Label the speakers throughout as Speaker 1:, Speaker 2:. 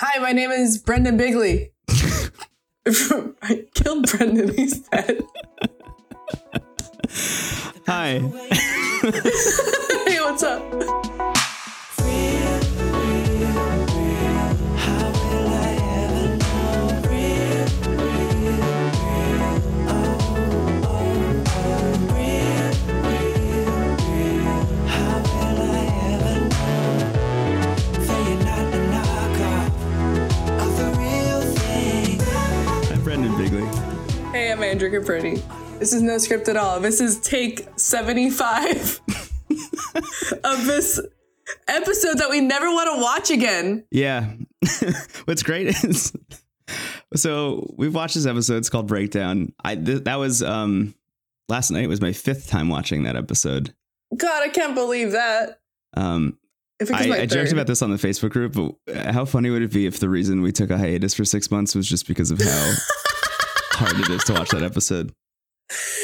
Speaker 1: Hi, my name is Brendan Bigley. I killed Brendan, he's dead.
Speaker 2: Hi.
Speaker 1: hey, what's up?
Speaker 2: I'm Brendan Bigley.
Speaker 1: Hey, I'm Andrew Caproni. This is no script at all. This is take 75 of this episode that we never want to watch again.
Speaker 2: Yeah. What's great is so we've watched this episode. It's called Breakdown. I th- that was um last night was my fifth time watching that episode.
Speaker 1: God, I can't believe that.
Speaker 2: Um,
Speaker 1: If it was
Speaker 2: I,
Speaker 1: my
Speaker 2: I joked
Speaker 1: third.
Speaker 2: about this on the Facebook group, but how funny would it be if the reason we took a hiatus for six months was just because of how hard it is to watch that episode?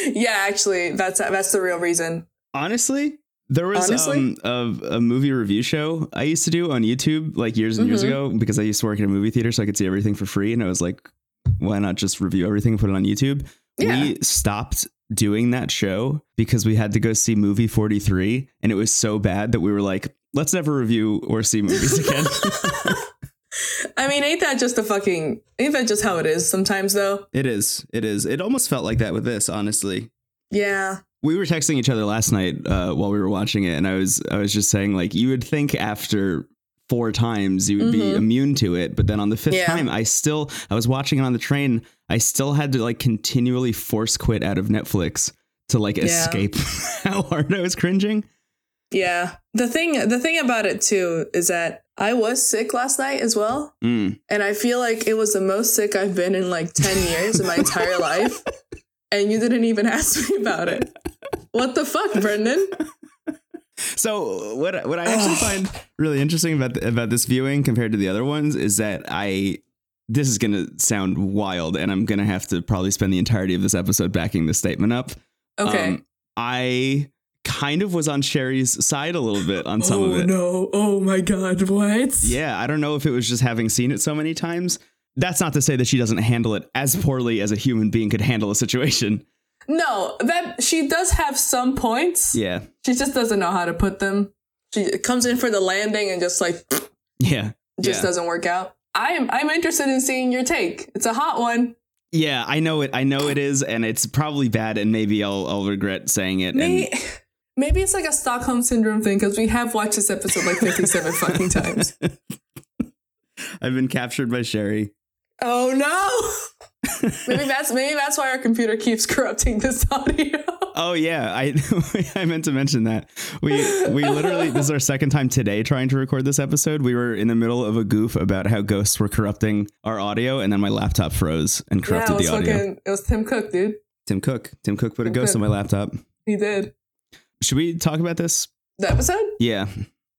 Speaker 1: Yeah, actually, that's that's the real reason.
Speaker 2: Honestly, there was
Speaker 1: Honestly?
Speaker 2: um, a, a movie review show I used to do on YouTube like years and years
Speaker 1: Mhm.
Speaker 2: ago because I used to work in a movie theater, so I could see everything for free. And I was like, why not just review everything and put it on YouTube?
Speaker 1: Yeah.
Speaker 2: We stopped doing that show because we had to go see movie 43, and it was so bad that we were like, let's never review or see movies again.
Speaker 1: I mean, ain't that just the fucking ain't that just how it is sometimes though?
Speaker 2: it is. It is. It almost felt like that with this, honestly.
Speaker 1: Yeah.
Speaker 2: we were texting each other last night uh, while we were watching it, and I was I was just saying like you would think after four times you would be
Speaker 1: Mhm.
Speaker 2: immune to it, but then on the fifth
Speaker 1: Yeah.
Speaker 2: time, I still I was watching it on the train. I still had to like continually force quit out of Netflix to like
Speaker 1: Yeah.
Speaker 2: escape how hard I was cringing.
Speaker 1: Yeah. The thing the thing about it too is that I was sick last night as well,
Speaker 2: Mm.
Speaker 1: and I feel like it was the most sick I've been in like 10 years in my entire life. And you didn't even ask me about it. What the fuck, Brendan?
Speaker 2: So what what I actually find really interesting about the, about this viewing compared to the other ones is that I this is gonna sound wild, and I'm gonna have to probably spend the entirety of this episode backing this statement up.
Speaker 1: Okay.
Speaker 2: Um, I kind of was on Sherry's side a little bit on some
Speaker 1: oh
Speaker 2: of it.
Speaker 1: no. Oh my god. What?
Speaker 2: Yeah, I don't know if it was just having seen it so many times. That's not to say that she doesn't handle it as poorly as a human being could handle a situation.
Speaker 1: No, that she does have some points.
Speaker 2: Yeah.
Speaker 1: She just doesn't know how to put them. She comes in for the landing and just like
Speaker 2: Yeah.
Speaker 1: just
Speaker 2: yeah.
Speaker 1: doesn't work out. I'm I'm interested in seeing your take. It's a hot one.
Speaker 2: Yeah, I know it. I know it is, and it's probably bad, and maybe I'll I'll regret saying it.
Speaker 1: Maybe
Speaker 2: and
Speaker 1: maybe it's like a Stockholm syndrome thing because we have watched this episode like fifty seven fucking times.
Speaker 2: I've been captured by Sherry.
Speaker 1: Oh no! maybe that's maybe that's why our computer keeps corrupting this audio.
Speaker 2: Oh yeah, I I meant to mention that. We we literally this is our second time today trying to record this episode. We were in the middle of a goof about how ghosts were corrupting our audio and then my laptop froze and
Speaker 1: yeah, it
Speaker 2: corrupted
Speaker 1: was
Speaker 2: the audio.
Speaker 1: fucking it was Tim Cook, dude.
Speaker 2: Tim Cook. Tim Cook put a
Speaker 1: Tim
Speaker 2: ghost
Speaker 1: Cook.
Speaker 2: on my laptop.
Speaker 1: He did
Speaker 2: Should we talk about this?
Speaker 1: the episode.
Speaker 2: Yeah.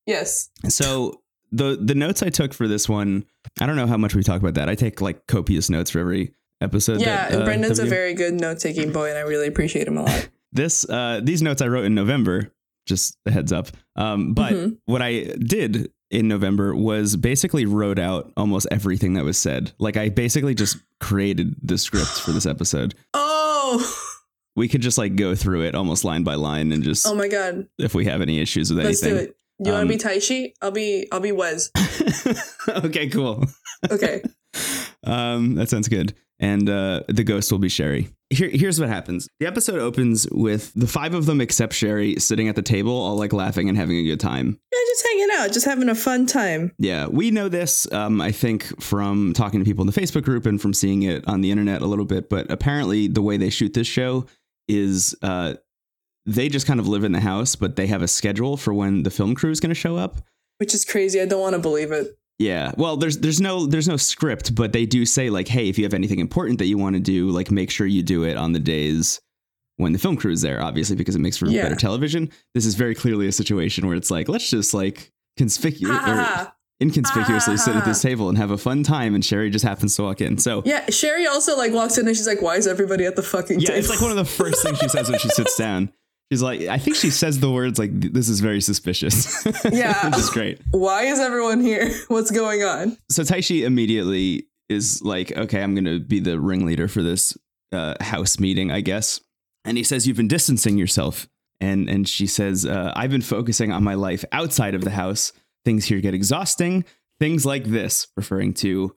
Speaker 1: Yes.
Speaker 2: So the the notes I took for this one, I don't know how much we talk about that. I take like copious notes for every episode.
Speaker 1: yeah,
Speaker 2: that, uh,
Speaker 1: Brendan's
Speaker 2: that
Speaker 1: a
Speaker 2: we do.
Speaker 1: very good note taking boy, and I really appreciate him a lot.
Speaker 2: this uh these notes I wrote in November, just a heads up. Um but
Speaker 1: Mhm.
Speaker 2: what I did in November was basically wrote out almost everything that was said. Like I basically just created the script for this episode.
Speaker 1: Oh,
Speaker 2: We could just like go through it almost line by line and just
Speaker 1: oh my god.
Speaker 2: if we have any issues with
Speaker 1: Let's do
Speaker 2: anything.
Speaker 1: it. You
Speaker 2: Um,
Speaker 1: want to be Taishi? I'll be I'll be Wes.
Speaker 2: okay, cool.
Speaker 1: Okay.
Speaker 2: Um, that sounds good. And uh, the ghost will be Sherry. Here, here's what happens. The episode opens with the five of them, except Sherry, sitting at the table, all like laughing and having a good time.
Speaker 1: yeah, just hanging out, just having a fun time.
Speaker 2: Yeah, we know this, um, I think, from talking to people in the Facebook group and from seeing it on the internet a little bit. But apparently, the way they shoot this show is uh, they just kind of live in the house, but they have a schedule for when the film crew is going to show up.
Speaker 1: Which is crazy. I don't want to believe it.
Speaker 2: Yeah. Well, there's there's no there's no script, but they do say like, hey, if you have anything important that you want to do, like make sure you do it on the days when the film crew is there, obviously, because it makes for
Speaker 1: Yeah.
Speaker 2: better television. This is very clearly a situation where it's like, let's just like conspicuous
Speaker 1: Ha ha
Speaker 2: or
Speaker 1: ha.
Speaker 2: inconspicuously
Speaker 1: Ha, ha,
Speaker 2: sit at
Speaker 1: ha.
Speaker 2: this table and have a fun time, and Sherry just happens to walk in. So
Speaker 1: Yeah, Sherry also like walks in and she's like, "Why is everybody at the fucking
Speaker 2: yeah,
Speaker 1: table?"
Speaker 2: it's like one of the first things she says when she sits down. She's like, I think she says the words like, "This is very suspicious."
Speaker 1: Yeah.
Speaker 2: which is great.
Speaker 1: Why is everyone here? What's going on?
Speaker 2: So Taishi immediately is like, "Okay, I'm going to be the ringleader for this uh, house meeting, I guess." And he says, "You've been distancing yourself," and and she says, uh, "I've been focusing on my life outside of the house. Things here get exhausting. Things like this, referring to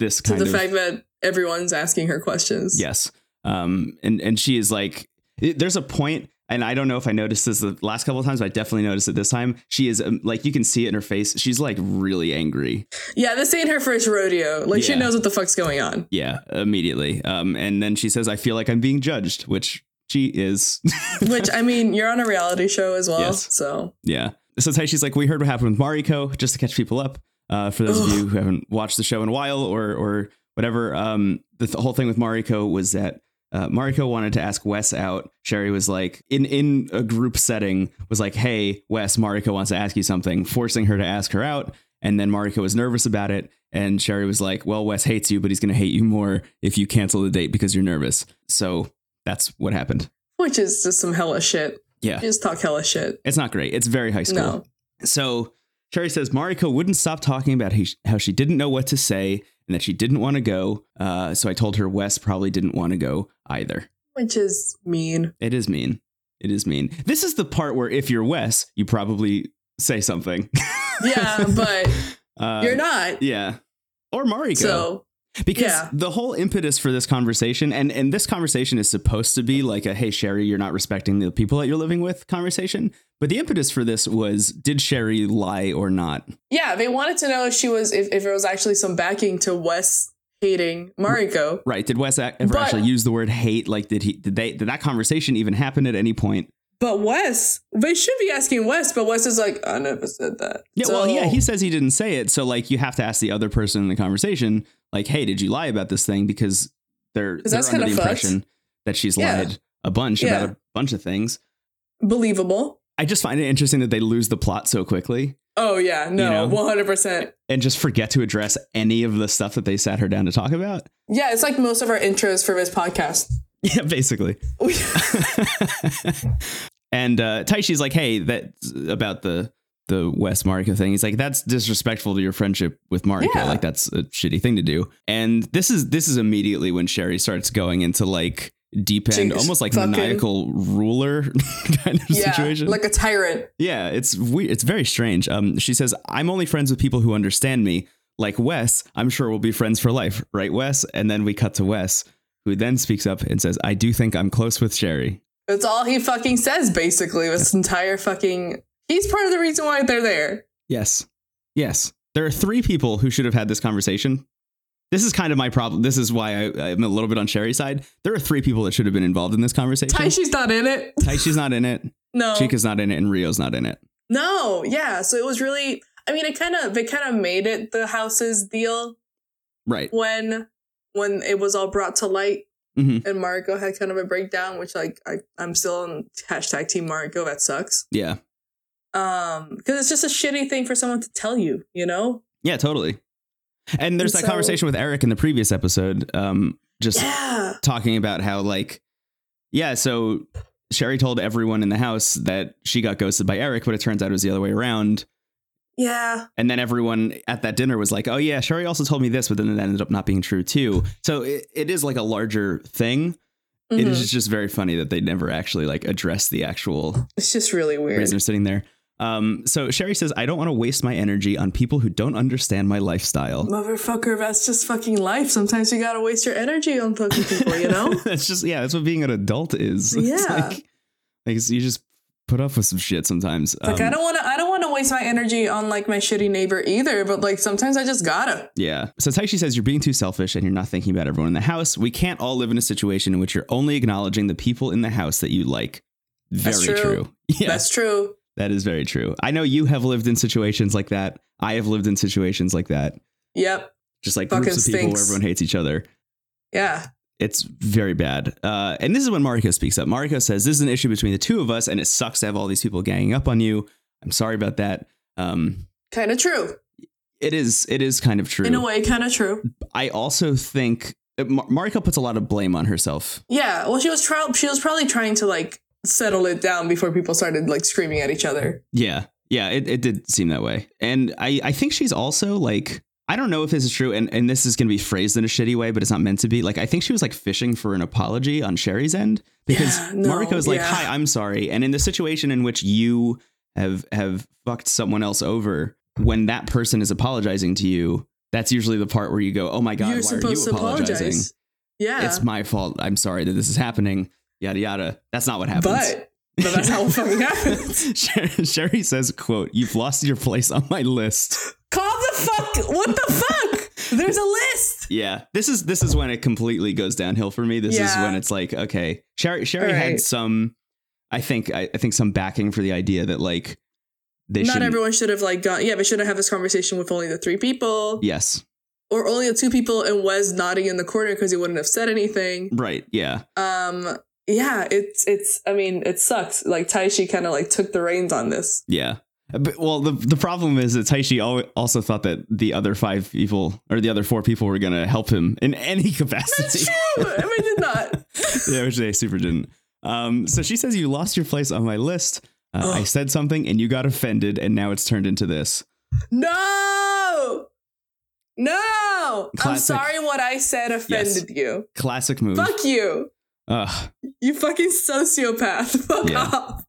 Speaker 2: this
Speaker 1: To
Speaker 2: kind
Speaker 1: the
Speaker 2: of
Speaker 1: fact that everyone's asking her questions.
Speaker 2: Yes. Um, and and she is like, it- there's a point, and I don't know if I noticed this the last couple of times, but I definitely noticed it this time. She is um, like, you can see it in her face. She's like really angry.
Speaker 1: Yeah, this ain't her first rodeo. Like she
Speaker 2: Yeah.
Speaker 1: knows what the fuck's going on.
Speaker 2: Yeah, immediately. Um, and then she says, I feel like I'm being judged, which she is.
Speaker 1: Which I mean, you're on a reality show as well,
Speaker 2: Yes.
Speaker 1: so
Speaker 2: yeah. So Taishi's like, we heard what happened with Mariko, just to catch people up. Uh, for those of you who haven't watched the show in a while or or whatever, um, the th- whole thing with Mariko was that uh, Mariko wanted to ask Wes out. Sherry was like, in in a group setting, was like, "Hey, Wes, Mariko wants to ask you something," forcing her to ask her out. And then Mariko was nervous about it, and Sherry was like, "Well, Wes hates you, but he's going to hate you more if you cancel the date because you're nervous." So that's what happened.
Speaker 1: which is just some hella shit.
Speaker 2: Yeah.
Speaker 1: You just talk hella shit.
Speaker 2: It's not great. It's very high school.
Speaker 1: No.
Speaker 2: So Sherry says Mariko wouldn't stop talking about he- how she didn't know what to say and that she didn't want to go. Uh, so I told her Wes probably didn't want to go either.
Speaker 1: Which is mean.
Speaker 2: It is mean. It is mean. This is the part where if you're Wes, you probably say something.
Speaker 1: Yeah, but
Speaker 2: Uh,
Speaker 1: you're not.
Speaker 2: Yeah. Or Mariko.
Speaker 1: So
Speaker 2: because
Speaker 1: yeah.
Speaker 2: the whole impetus for this conversation and and this conversation is supposed to be like a hey sherry you're not respecting the people that you're living with conversation but the impetus for this was did sherry lie or not
Speaker 1: yeah, they wanted to know if she was if, if there was actually some backing to Wes hating Mariko.
Speaker 2: Right. Did Wes ac- ever
Speaker 1: But-
Speaker 2: actually use the word hate? Like, did he? Did they? Did that conversation even happen at any point?
Speaker 1: But Wes, they should be asking Wes, but Wes is like, I never said that.
Speaker 2: Yeah.
Speaker 1: So-
Speaker 2: well, yeah. He says he didn't say it. So, like, you have to ask the other person in the conversation, like, "Hey, did you lie about this thing?" Because they're,
Speaker 1: 'Cause
Speaker 2: they're
Speaker 1: that's
Speaker 2: under the
Speaker 1: kinda fucked.
Speaker 2: impression that she's
Speaker 1: Yeah.
Speaker 2: lied a bunch
Speaker 1: Yeah.
Speaker 2: about a bunch of things.
Speaker 1: believable.
Speaker 2: I just find it interesting that they lose the plot so quickly
Speaker 1: Oh yeah, no,
Speaker 2: know?
Speaker 1: one hundred percent.
Speaker 2: and just forget to address any of the stuff that they sat her down to talk about.
Speaker 1: Yeah, it's like most of our intros for this podcast.
Speaker 2: Yeah, basically.
Speaker 1: We-
Speaker 2: and uh, Taishi's like, "Hey, that about the the West Marika thing." He's like, "That's disrespectful to your friendship with Marika.
Speaker 1: Yeah.
Speaker 2: Like, that's a shitty thing to do." And this is this is immediately when Sherry starts going into like deep end,
Speaker 1: Jeez,
Speaker 2: almost like
Speaker 1: fucking-
Speaker 2: maniacal ruler kind of
Speaker 1: yeah,
Speaker 2: situation.
Speaker 1: like a tyrant.
Speaker 2: yeah, it's weird. It's very strange. Um, she says, "I'm only friends with people who understand me." Like Wes, I'm sure we'll be friends for life, right, Wes? And then we cut to Wes, who then speaks up and says, "I do think I'm close with Sherry."
Speaker 1: That's all he fucking says. Basically, this entire fucking. He's part of the reason why they're there.
Speaker 2: Yes. Yes. There are three people who should have had this conversation. This is kind of my problem. This is why I, I'm a little bit on Sherry's side. There are three people that should have been involved in this conversation.
Speaker 1: Taishi's not in it.
Speaker 2: Taishi's not in it.
Speaker 1: No.
Speaker 2: Chica's not in it, and Rio's not in it.
Speaker 1: No. Yeah. So it was really. I mean, it kind of they kind of made it the house's deal
Speaker 2: Right.
Speaker 1: when when it was all brought to light
Speaker 2: Mhm.
Speaker 1: and Mariko had kind of a breakdown, which like I, I'm still on hashtag Team Mariko. That sucks.
Speaker 2: Yeah.
Speaker 1: Um, because it's just a shitty thing for someone to tell you. You know.
Speaker 2: Yeah. Totally. And there's that
Speaker 1: So-
Speaker 2: conversation with Eric in the previous episode. Um, just
Speaker 1: Yeah.
Speaker 2: talking about how like yeah so sherry told everyone in the house that she got ghosted by eric but it turns out it was the other way around
Speaker 1: Yeah.
Speaker 2: and then everyone at that dinner was like oh yeah sherry also told me this but then it ended up not being true too so it, it is like a larger thing It
Speaker 1: Mhm.
Speaker 2: is just very funny that they never actually like address the actual
Speaker 1: It's just really weird.
Speaker 2: reason of sitting there um, so sherry says i don't want to waste my energy on people who don't understand my lifestyle
Speaker 1: Motherfucker, that's just fucking life. Sometimes you gotta waste your energy on fucking people, you know?
Speaker 2: that's just yeah. That's what being an adult is. It's
Speaker 1: Yeah.
Speaker 2: like, like it's- you just put up with some shit sometimes.
Speaker 1: like
Speaker 2: Um,
Speaker 1: I don't wanna I don't wanna waste my energy on like my shitty neighbor either, but like sometimes I just gotta.
Speaker 2: Yeah. So Taishi says you're being too selfish and you're not thinking about everyone in the house. We can't all live in a situation in which you're only acknowledging the people in the house that you like. Very
Speaker 1: That's true.
Speaker 2: true. Yeah,
Speaker 1: That's true.
Speaker 2: that is very true. I know you have lived in situations like that. I have lived in situations like that.
Speaker 1: Yep.
Speaker 2: Just like
Speaker 1: Fucking
Speaker 2: groups of people
Speaker 1: stinks.
Speaker 2: where everyone hates each other.
Speaker 1: Yeah.
Speaker 2: It's very bad. Uh, and this is when Mariko speaks up. Mariko says, This is an issue between the two of us, and it sucks to have all these people ganging up on you. I'm sorry about that. Um,
Speaker 1: Kinda true.
Speaker 2: it is it is kind of true.
Speaker 1: In a way, kinda true.
Speaker 2: I also think uh, Mar- Mariko puts a lot of blame on herself.
Speaker 1: Yeah. Well she was trial she was probably trying to like settled it down before people started like screaming at each other.
Speaker 2: Yeah. Yeah, it, it did seem that way. And I, I think she's also like I don't know if this is true, and, and this is gonna be phrased in a shitty way, but it's not meant to be. Like I think she was like fishing for an apology on Sherry's end because
Speaker 1: Yeah, no,
Speaker 2: Mariko's like,
Speaker 1: yeah.
Speaker 2: Hi, I'm sorry. And in the situation in which you have have fucked someone else over, when that person is apologizing to you, that's usually the part where you go, Oh my god,
Speaker 1: You're
Speaker 2: why are you
Speaker 1: supposed to
Speaker 2: apologizing?
Speaker 1: apologize. Yeah.
Speaker 2: It's my fault. I'm sorry that this is happening. Yada yada. That's not what happens.
Speaker 1: but but that's how it fucking happens.
Speaker 2: Sher- Sherry says, quote, you've lost your place on my list.
Speaker 1: Call the fuck what the fuck? There's a list.
Speaker 2: Yeah. This is this is when it completely goes downhill for me. This is
Speaker 1: Yeah.
Speaker 2: when it's like, okay. Sherry Sherry had
Speaker 1: Right.
Speaker 2: some I think I, I think some backing for the idea that like they
Speaker 1: Not
Speaker 2: should
Speaker 1: everyone should have like gone yeah, but should I have this conversation with only the three people?
Speaker 2: Yes.
Speaker 1: Or only the two people and Wes nodding in the corner because he wouldn't have said anything.
Speaker 2: Right. Yeah.
Speaker 1: um yeah it's it's i mean it sucks like taishi kind of like took the reins on this
Speaker 2: Yeah. But, well, the the problem is that Taishi al- also thought that the other five people or the other four people were going to help him in any capacity.
Speaker 1: that's true i mean it did not
Speaker 2: yeah, which they super didn't. Um, so she says, You lost your place on my list. Uh, I
Speaker 1: Ugh.
Speaker 2: said something and you got offended, and now it's turned into this.
Speaker 1: no no i'm
Speaker 2: Classic.
Speaker 1: sorry what i said offended you
Speaker 2: Classic move.
Speaker 1: fuck you
Speaker 2: Ugh.
Speaker 1: you fucking sociopath fuck
Speaker 2: Yeah.
Speaker 1: off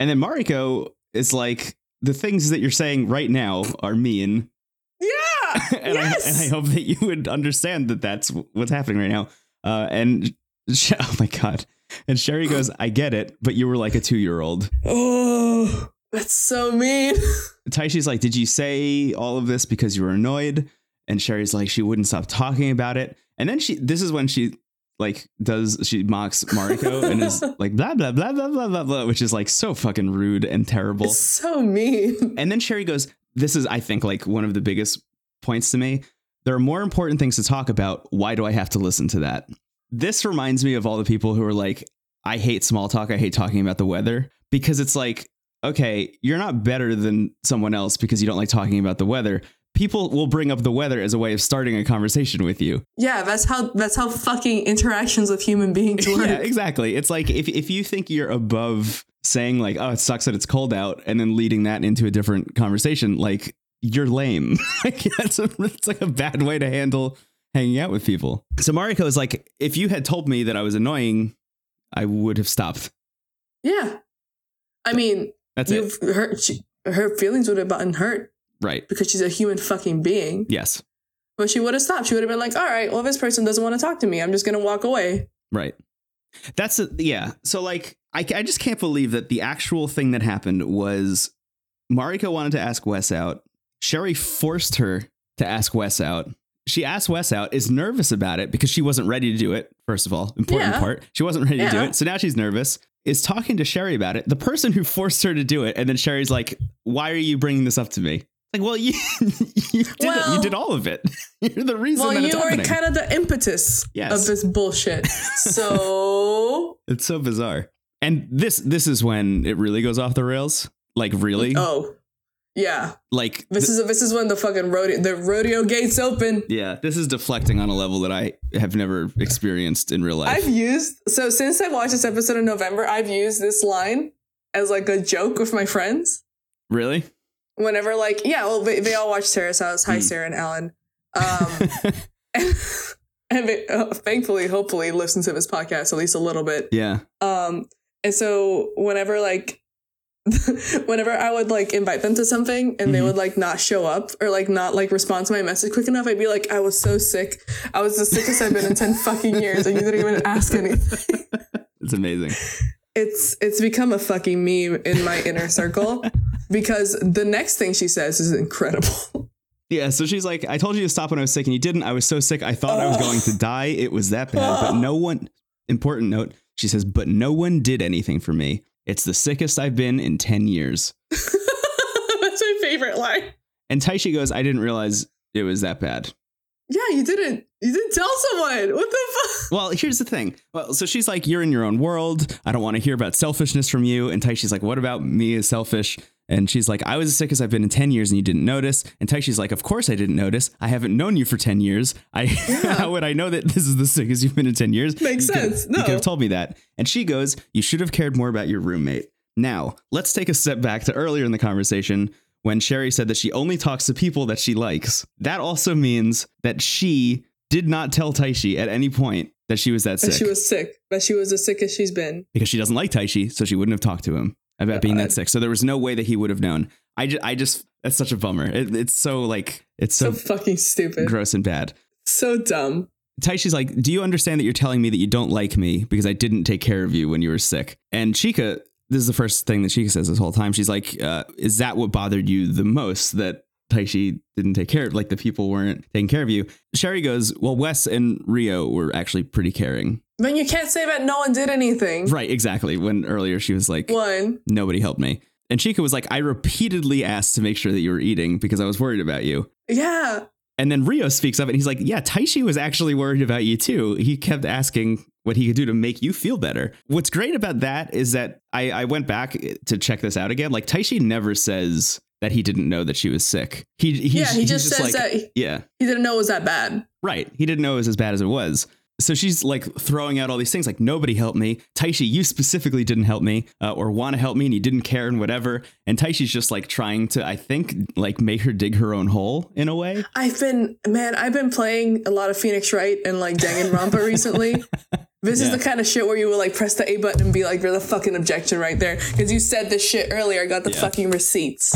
Speaker 2: And then Mariko is like, The things that you're saying right now are mean.
Speaker 1: yeah
Speaker 2: and,
Speaker 1: yes
Speaker 2: I, and I hope that you would understand that that's what's happening right now. Uh, and Sh- oh my God. And Sherry goes, I get it, but you were like a two year old.
Speaker 1: oh that's so mean
Speaker 2: Taishi's like, Did you say all of this because you were annoyed? And Sherry's like, She wouldn't stop talking about it. And then she, this is when she like does, she mocks Mariko and is like, blah, blah, blah, blah, blah, blah, blah, which is like so fucking rude and terrible.
Speaker 1: it's so mean
Speaker 2: And then Sherry goes, This is, I think, like one of the biggest points to me. There are more important things to talk about. Why do I have to listen to that? This reminds me of all the people who are like, I hate small talk. I hate talking about the weather because it's like, okay, you're not better than someone else because you don't like talking about the weather. People will bring up the weather as a way of starting a conversation with you.
Speaker 1: yeah that's how that's how fucking interactions with human beings work
Speaker 2: Yeah, exactly. It's like if, if you think you're above saying like, oh, it sucks that it's cold out, and then leading that into a different conversation, like you're lame. like that's a, it's like a bad way to handle hanging out with people. So Mariko is like, if you had told me that I was annoying, I would have stopped.
Speaker 1: yeah. i mean
Speaker 2: That's it.
Speaker 1: You've hurt. She, her feelings would have gotten hurt
Speaker 2: Right.
Speaker 1: because she's a human fucking being.
Speaker 2: Yes.
Speaker 1: But she would have stopped. She would have been like, "All right, well, this person doesn't want to talk to me. I'm just gonna walk away."
Speaker 2: Right. That's a, yeah. So like, I, ca- I just can't believe that the actual thing that happened was Mariko wanted to ask Wes out. Sherry forced her to ask Wes out. She asked Wes out, is nervous about it because she wasn't ready to do it. First of all, important
Speaker 1: Yeah.
Speaker 2: part. She wasn't ready to do
Speaker 1: Yeah.
Speaker 2: it. So now she's nervous, is talking to Sherry about it. The person who forced her to do it. And then Sherry's like, why are you bringing this up to me? Like, well, you, you, did, it. you
Speaker 1: Well-
Speaker 2: did all of it. You're the reason
Speaker 1: well,
Speaker 2: that it's
Speaker 1: you were
Speaker 2: happening.
Speaker 1: kind of the impetus
Speaker 2: Yes.
Speaker 1: of this bullshit. so,
Speaker 2: It's so bizarre. And this this is when it really goes off the rails. Like really,
Speaker 1: oh, yeah.
Speaker 2: like
Speaker 1: This
Speaker 2: th-
Speaker 1: is this is when the fucking rodeo the rodeo gates open.
Speaker 2: yeah, this is deflecting on a level that I have never experienced in real life.
Speaker 1: I've used so since I watched this episode in November, I've used this line as like a joke with my friends.
Speaker 2: really?
Speaker 1: whenever like yeah well they, they all watch sarah's house hi
Speaker 2: Mm.
Speaker 1: sarah and alan um and, they, uh, thankfully hopefully listen to this podcast at least a little bit
Speaker 2: yeah.
Speaker 1: um and so whenever like whenever i would like invite them to something and they
Speaker 2: Mhm.
Speaker 1: would like not show up or like not like respond to my message quick enough i'd be like i was so sick i was the sickest i've been in 10 fucking years and you didn't even ask anything
Speaker 2: It's amazing.
Speaker 1: it's it's become a fucking meme in my inner circle because the next thing she says is incredible
Speaker 2: Yeah, so she's like, I told you to stop when I was sick and you didn't. I was so sick I thought I was
Speaker 1: Ugh.
Speaker 2: going to die. It was that bad. But no one important note, she says, but no one did anything for me. It's the sickest I've been in 10 years.
Speaker 1: That's my favorite line.
Speaker 2: And Taishi goes, I didn't realize it was that bad.
Speaker 1: Yeah, you didn't. You didn't tell someone. What the
Speaker 2: Well, here's the thing. Well, so she's like, "You're in your own world. I don't want to hear about selfishness from you." And Taishi's like, "What about me is selfish?" And she's like, I was as sick as I've been in 10 years and you didn't notice. And Taichi's like, Of course I didn't notice. I haven't known you for 10 years. I How would I know that this is the sickest you've been in 10 years?
Speaker 1: Makes
Speaker 2: You could-
Speaker 1: sense.
Speaker 2: You could
Speaker 1: No.
Speaker 2: have told me that. And she goes, You should have cared more about your roommate. Now, let's take a step back to earlier in the conversation when Sherry said that she only talks to people that she likes. That also means that she did not tell Taishi at any point that she was that
Speaker 1: That
Speaker 2: sick
Speaker 1: she was sick. That she was as sick as she's been.
Speaker 2: because she doesn't like Taishi, so she wouldn't have talked to him about being that
Speaker 1: God.
Speaker 2: sick. So there was no way that he would have known. I, ju- I just that's such a bummer. It, it's so like it's
Speaker 1: So
Speaker 2: so
Speaker 1: fucking stupid.
Speaker 2: gross and bad.
Speaker 1: So dumb.
Speaker 2: Taishi's like, "Do you understand that you're telling me that you don't like me because I didn't take care of you when you were sick?" And Chica, this is the first thing that Chica says this whole time. She's like, uh, "Is that what bothered you the most that Taishi didn't take care of? Like the people weren't taking care of you?" Sherry goes, "Well, Wes and Rio were actually pretty caring."
Speaker 1: Then you can't say that no one did anything.
Speaker 2: Right, exactly. When earlier she was like,
Speaker 1: One.
Speaker 2: "Nobody helped me." And Chica was like, "I repeatedly asked to make sure that you were eating because I was worried about you."
Speaker 1: Yeah.
Speaker 2: And then Rio speaks up and he's like, Yeah, Taishi was actually worried about you too. He kept asking what he could do to make you feel better. What's great about that is that I, I went back to check this out again. Like Taishi never says that he didn't know that she was sick. He, he
Speaker 1: yeah. He
Speaker 2: he's
Speaker 1: just says
Speaker 2: like,
Speaker 1: that he
Speaker 2: Yeah.
Speaker 1: didn't know it was that bad.
Speaker 2: Right. He didn't know it was as bad as it was. So she's like throwing out all these things like, nobody helped me. Taishi, you specifically didn't help me uh, or want to help me and you didn't care and whatever. And Taishi's just like trying to, I think, like make her dig her own hole in a way.
Speaker 1: I've been man, I've been playing a lot of Phoenix Wright and like Danganronpa recently. This
Speaker 2: Yeah.
Speaker 1: is the kind of shit where you would like press the A button and be like, "You're the fucking objection right there," because you said this shit earlier. I got the
Speaker 2: Yeah.
Speaker 1: fucking receipts.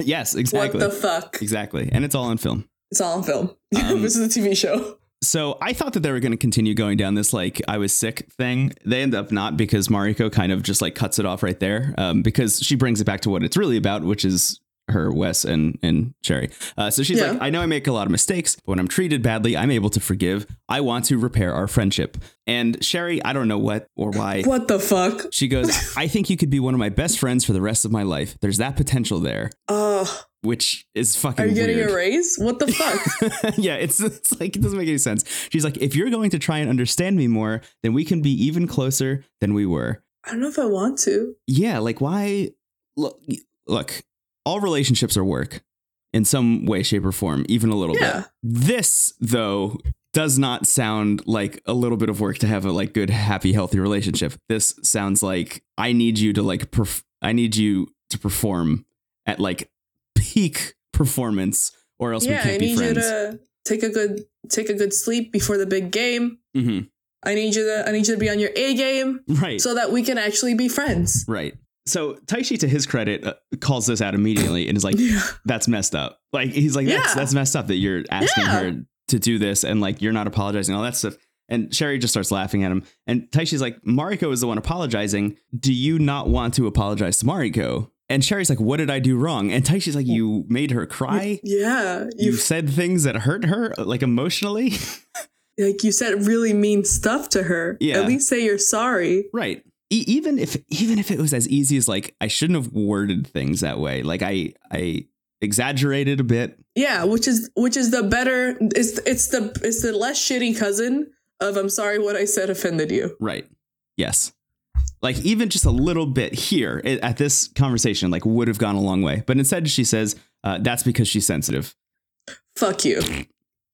Speaker 2: yes,
Speaker 1: what
Speaker 2: exactly.
Speaker 1: the fuck?
Speaker 2: Exactly. Um, And it's all on film.
Speaker 1: It's all on film. this is a TV show.
Speaker 2: So I thought that they were going to continue going down this like I was sick thing. They end up not because Mariko kind of just like cuts it off right there um, because she brings it back to what it's really about, which is her, Wes, and and Sherry. Uh, so she's
Speaker 1: Yeah.
Speaker 2: like, I know I make a lot of mistakes, but when I'm treated badly, I'm able to forgive. I want to repair our friendship. And Sherry, I don't know what or why.
Speaker 1: What the fuck?
Speaker 2: She goes, I think you could be one of my best friends for the rest of my life. There's that potential there,
Speaker 1: Oh,
Speaker 2: which is fucking
Speaker 1: are you getting
Speaker 2: weird.
Speaker 1: a raise? What the fuck?
Speaker 2: yeah, it's, it's like it doesn't make any sense. She's like, if you're going to try and understand me more, then we can be even closer than we were.
Speaker 1: I don't know if I want to.
Speaker 2: Yeah, like why? Look, look, all relationships are work in some way, shape, or form, even a little
Speaker 1: Yeah.
Speaker 2: bit. This though does not sound like a little bit of work to have a like good, happy, healthy relationship. This sounds like I need you to like perf- I need you to perform at like peak performance, or else we
Speaker 1: Yeah,
Speaker 2: can't
Speaker 1: I
Speaker 2: be
Speaker 1: need
Speaker 2: friends.
Speaker 1: you to take a good take a good sleep before the big game.
Speaker 2: mm-hmm.
Speaker 1: I need you to I need you to be on your A game
Speaker 2: Right.
Speaker 1: so that we can actually be friends.
Speaker 2: right. So Taishi, to his credit, uh, calls this out immediately and is like,
Speaker 1: Yeah.
Speaker 2: "That's messed up." Like he's like, "That's
Speaker 1: Yeah.
Speaker 2: that's messed up that you're asking
Speaker 1: Yeah.
Speaker 2: her to do this and like you're not apologizing all that stuff." And Sherry just starts laughing at him. And Taishi's like, "Mariko is the one apologizing. Do you not want to apologize to Mariko?" And Sherry's like, "What did I do wrong?" And Taishi's like, "You made her cry.
Speaker 1: Yeah, you
Speaker 2: You said things that hurt her, like emotionally."
Speaker 1: like you said really mean stuff to her.
Speaker 2: Yeah.
Speaker 1: At least say you're sorry.
Speaker 2: Right. E- even if even if it was as easy as like I shouldn't have worded things that way. Like I I exaggerated a bit.
Speaker 1: Yeah, which is which is the better it's it's the it's the less shitty cousin of I'm sorry what I said offended you.
Speaker 2: Right. Yes. Like even just a little bit here i- at this conversation like would have gone a long way. But instead she says uh, that's because she's sensitive.
Speaker 1: Fuck you.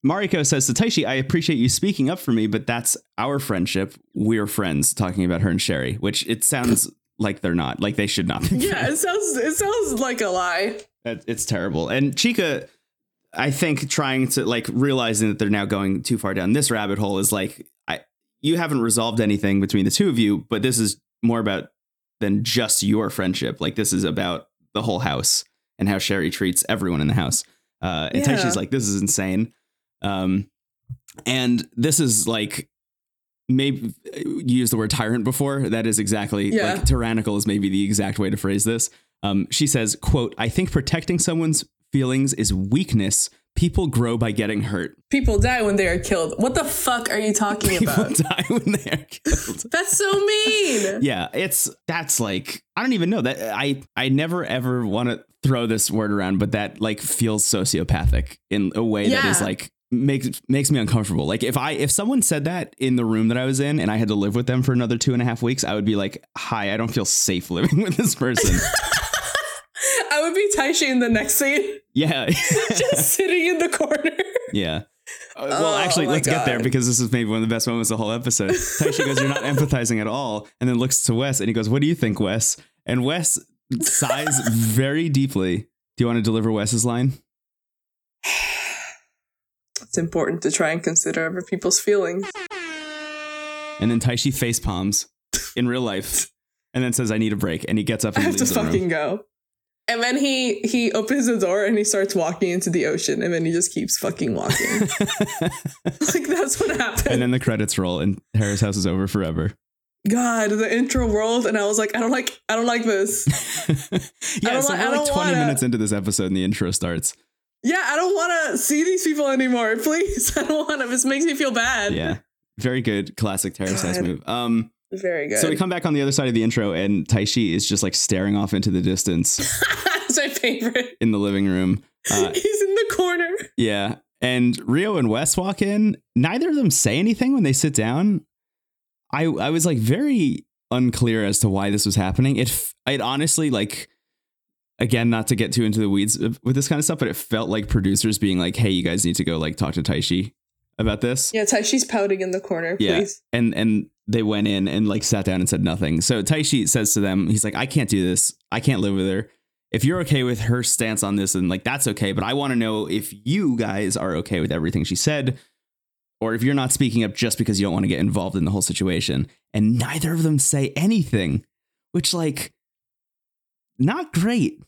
Speaker 2: Mariko says to Taishi, I appreciate you speaking up for me, but that's our friendship. We're friends talking about her and Sherry, which it sounds like they're not. Like they should not be.
Speaker 1: Yeah, it sounds it sounds like a lie.
Speaker 2: That- It's terrible. And Chica, I think, trying to like realizing that they're now going too far down this rabbit hole is like, I you haven't resolved anything between the two of you, but this is more about than just your friendship. Like this is about the whole house and how Sherry treats everyone in the house. Uh, and
Speaker 1: Yeah.
Speaker 2: Taishi's like, this is insane. Um, and this is like maybe you used the word tyrant before. That is exactly
Speaker 1: Yeah.
Speaker 2: like tyrannical is maybe the exact way to phrase this. Um, she says, quote, I think protecting someone's feelings is weakness. People grow by getting hurt.
Speaker 1: People die when they are killed. What the fuck are you talking
Speaker 2: People
Speaker 1: about?
Speaker 2: die when they are killed.
Speaker 1: That's so mean.
Speaker 2: yeah, it's that's like I don't even know that I I never ever want to throw this word around, but that like feels sociopathic in a way that is
Speaker 1: Yeah.
Speaker 2: like makes makes me uncomfortable. Like if I if someone said that in the room that I was in and I had to live with them for another two and a half weeks, I would be like, "Hi, I don't feel safe living with this person."
Speaker 1: would be Taishi in the next scene,
Speaker 2: Yeah.
Speaker 1: just sitting in the corner.
Speaker 2: yeah. Uh, well,
Speaker 1: Oh
Speaker 2: actually,
Speaker 1: my
Speaker 2: let's get there
Speaker 1: God.
Speaker 2: because this is maybe one of the best moments of the whole episode. Taishi goes, You're not empathizing at all. And then looks to Wes and he goes, What do you think, Wes? And Wes sighs very deeply. Do you want to deliver Wes's line?
Speaker 1: It's important to try and consider other people's feelings.
Speaker 2: And then Taishi face palms in real life and then says, I need a break. And he gets
Speaker 1: I
Speaker 2: up and
Speaker 1: have to
Speaker 2: leaves the room.
Speaker 1: fucking go. And then he he opens the door and he starts walking into the ocean, and then he just keeps fucking walking. like that's what happened.
Speaker 2: and then the credits roll and Harris House is over forever.
Speaker 1: God, the intro world, and I was like, I don't like, I don't like this.
Speaker 2: yeah,
Speaker 1: don't
Speaker 2: so
Speaker 1: wa- I
Speaker 2: we're like
Speaker 1: don't
Speaker 2: 20
Speaker 1: wanna-
Speaker 2: minutes into this episode and the intro starts.
Speaker 1: Yeah, I don't want to see these people anymore. Please, I don't want to. This makes me feel bad.
Speaker 2: Yeah. Very good classic Harris House
Speaker 1: God.
Speaker 2: move. Um,
Speaker 1: very good.
Speaker 2: So we come back on the other side of the intro, and Taishi is just like staring off into the distance
Speaker 1: That's my favorite.
Speaker 2: in the living room. Uh,
Speaker 1: He's in the corner.
Speaker 2: yeah. And Rio and Wes walk in. Neither of them say anything when they sit down. I I was like very unclear as to why this was happening. It f- it honestly like again not to get too into the weeds of- with this kind of stuff, but it felt like producers being like, "Hey, you guys need to go like talk to Taishi about this."
Speaker 1: Yeah, Taishi's pouting in the corner.
Speaker 2: Yeah.
Speaker 1: Please.
Speaker 2: and and they went in and like sat down and said nothing. So Taishi says to them, he's like, I can't do this. I can't live with her. If you're okay with her stance on this, and like that's okay, but I want to know if you guys are okay with everything she said, or if you're not speaking up just because you don't want to get involved in the whole situation. And neither of them say anything, which like not great,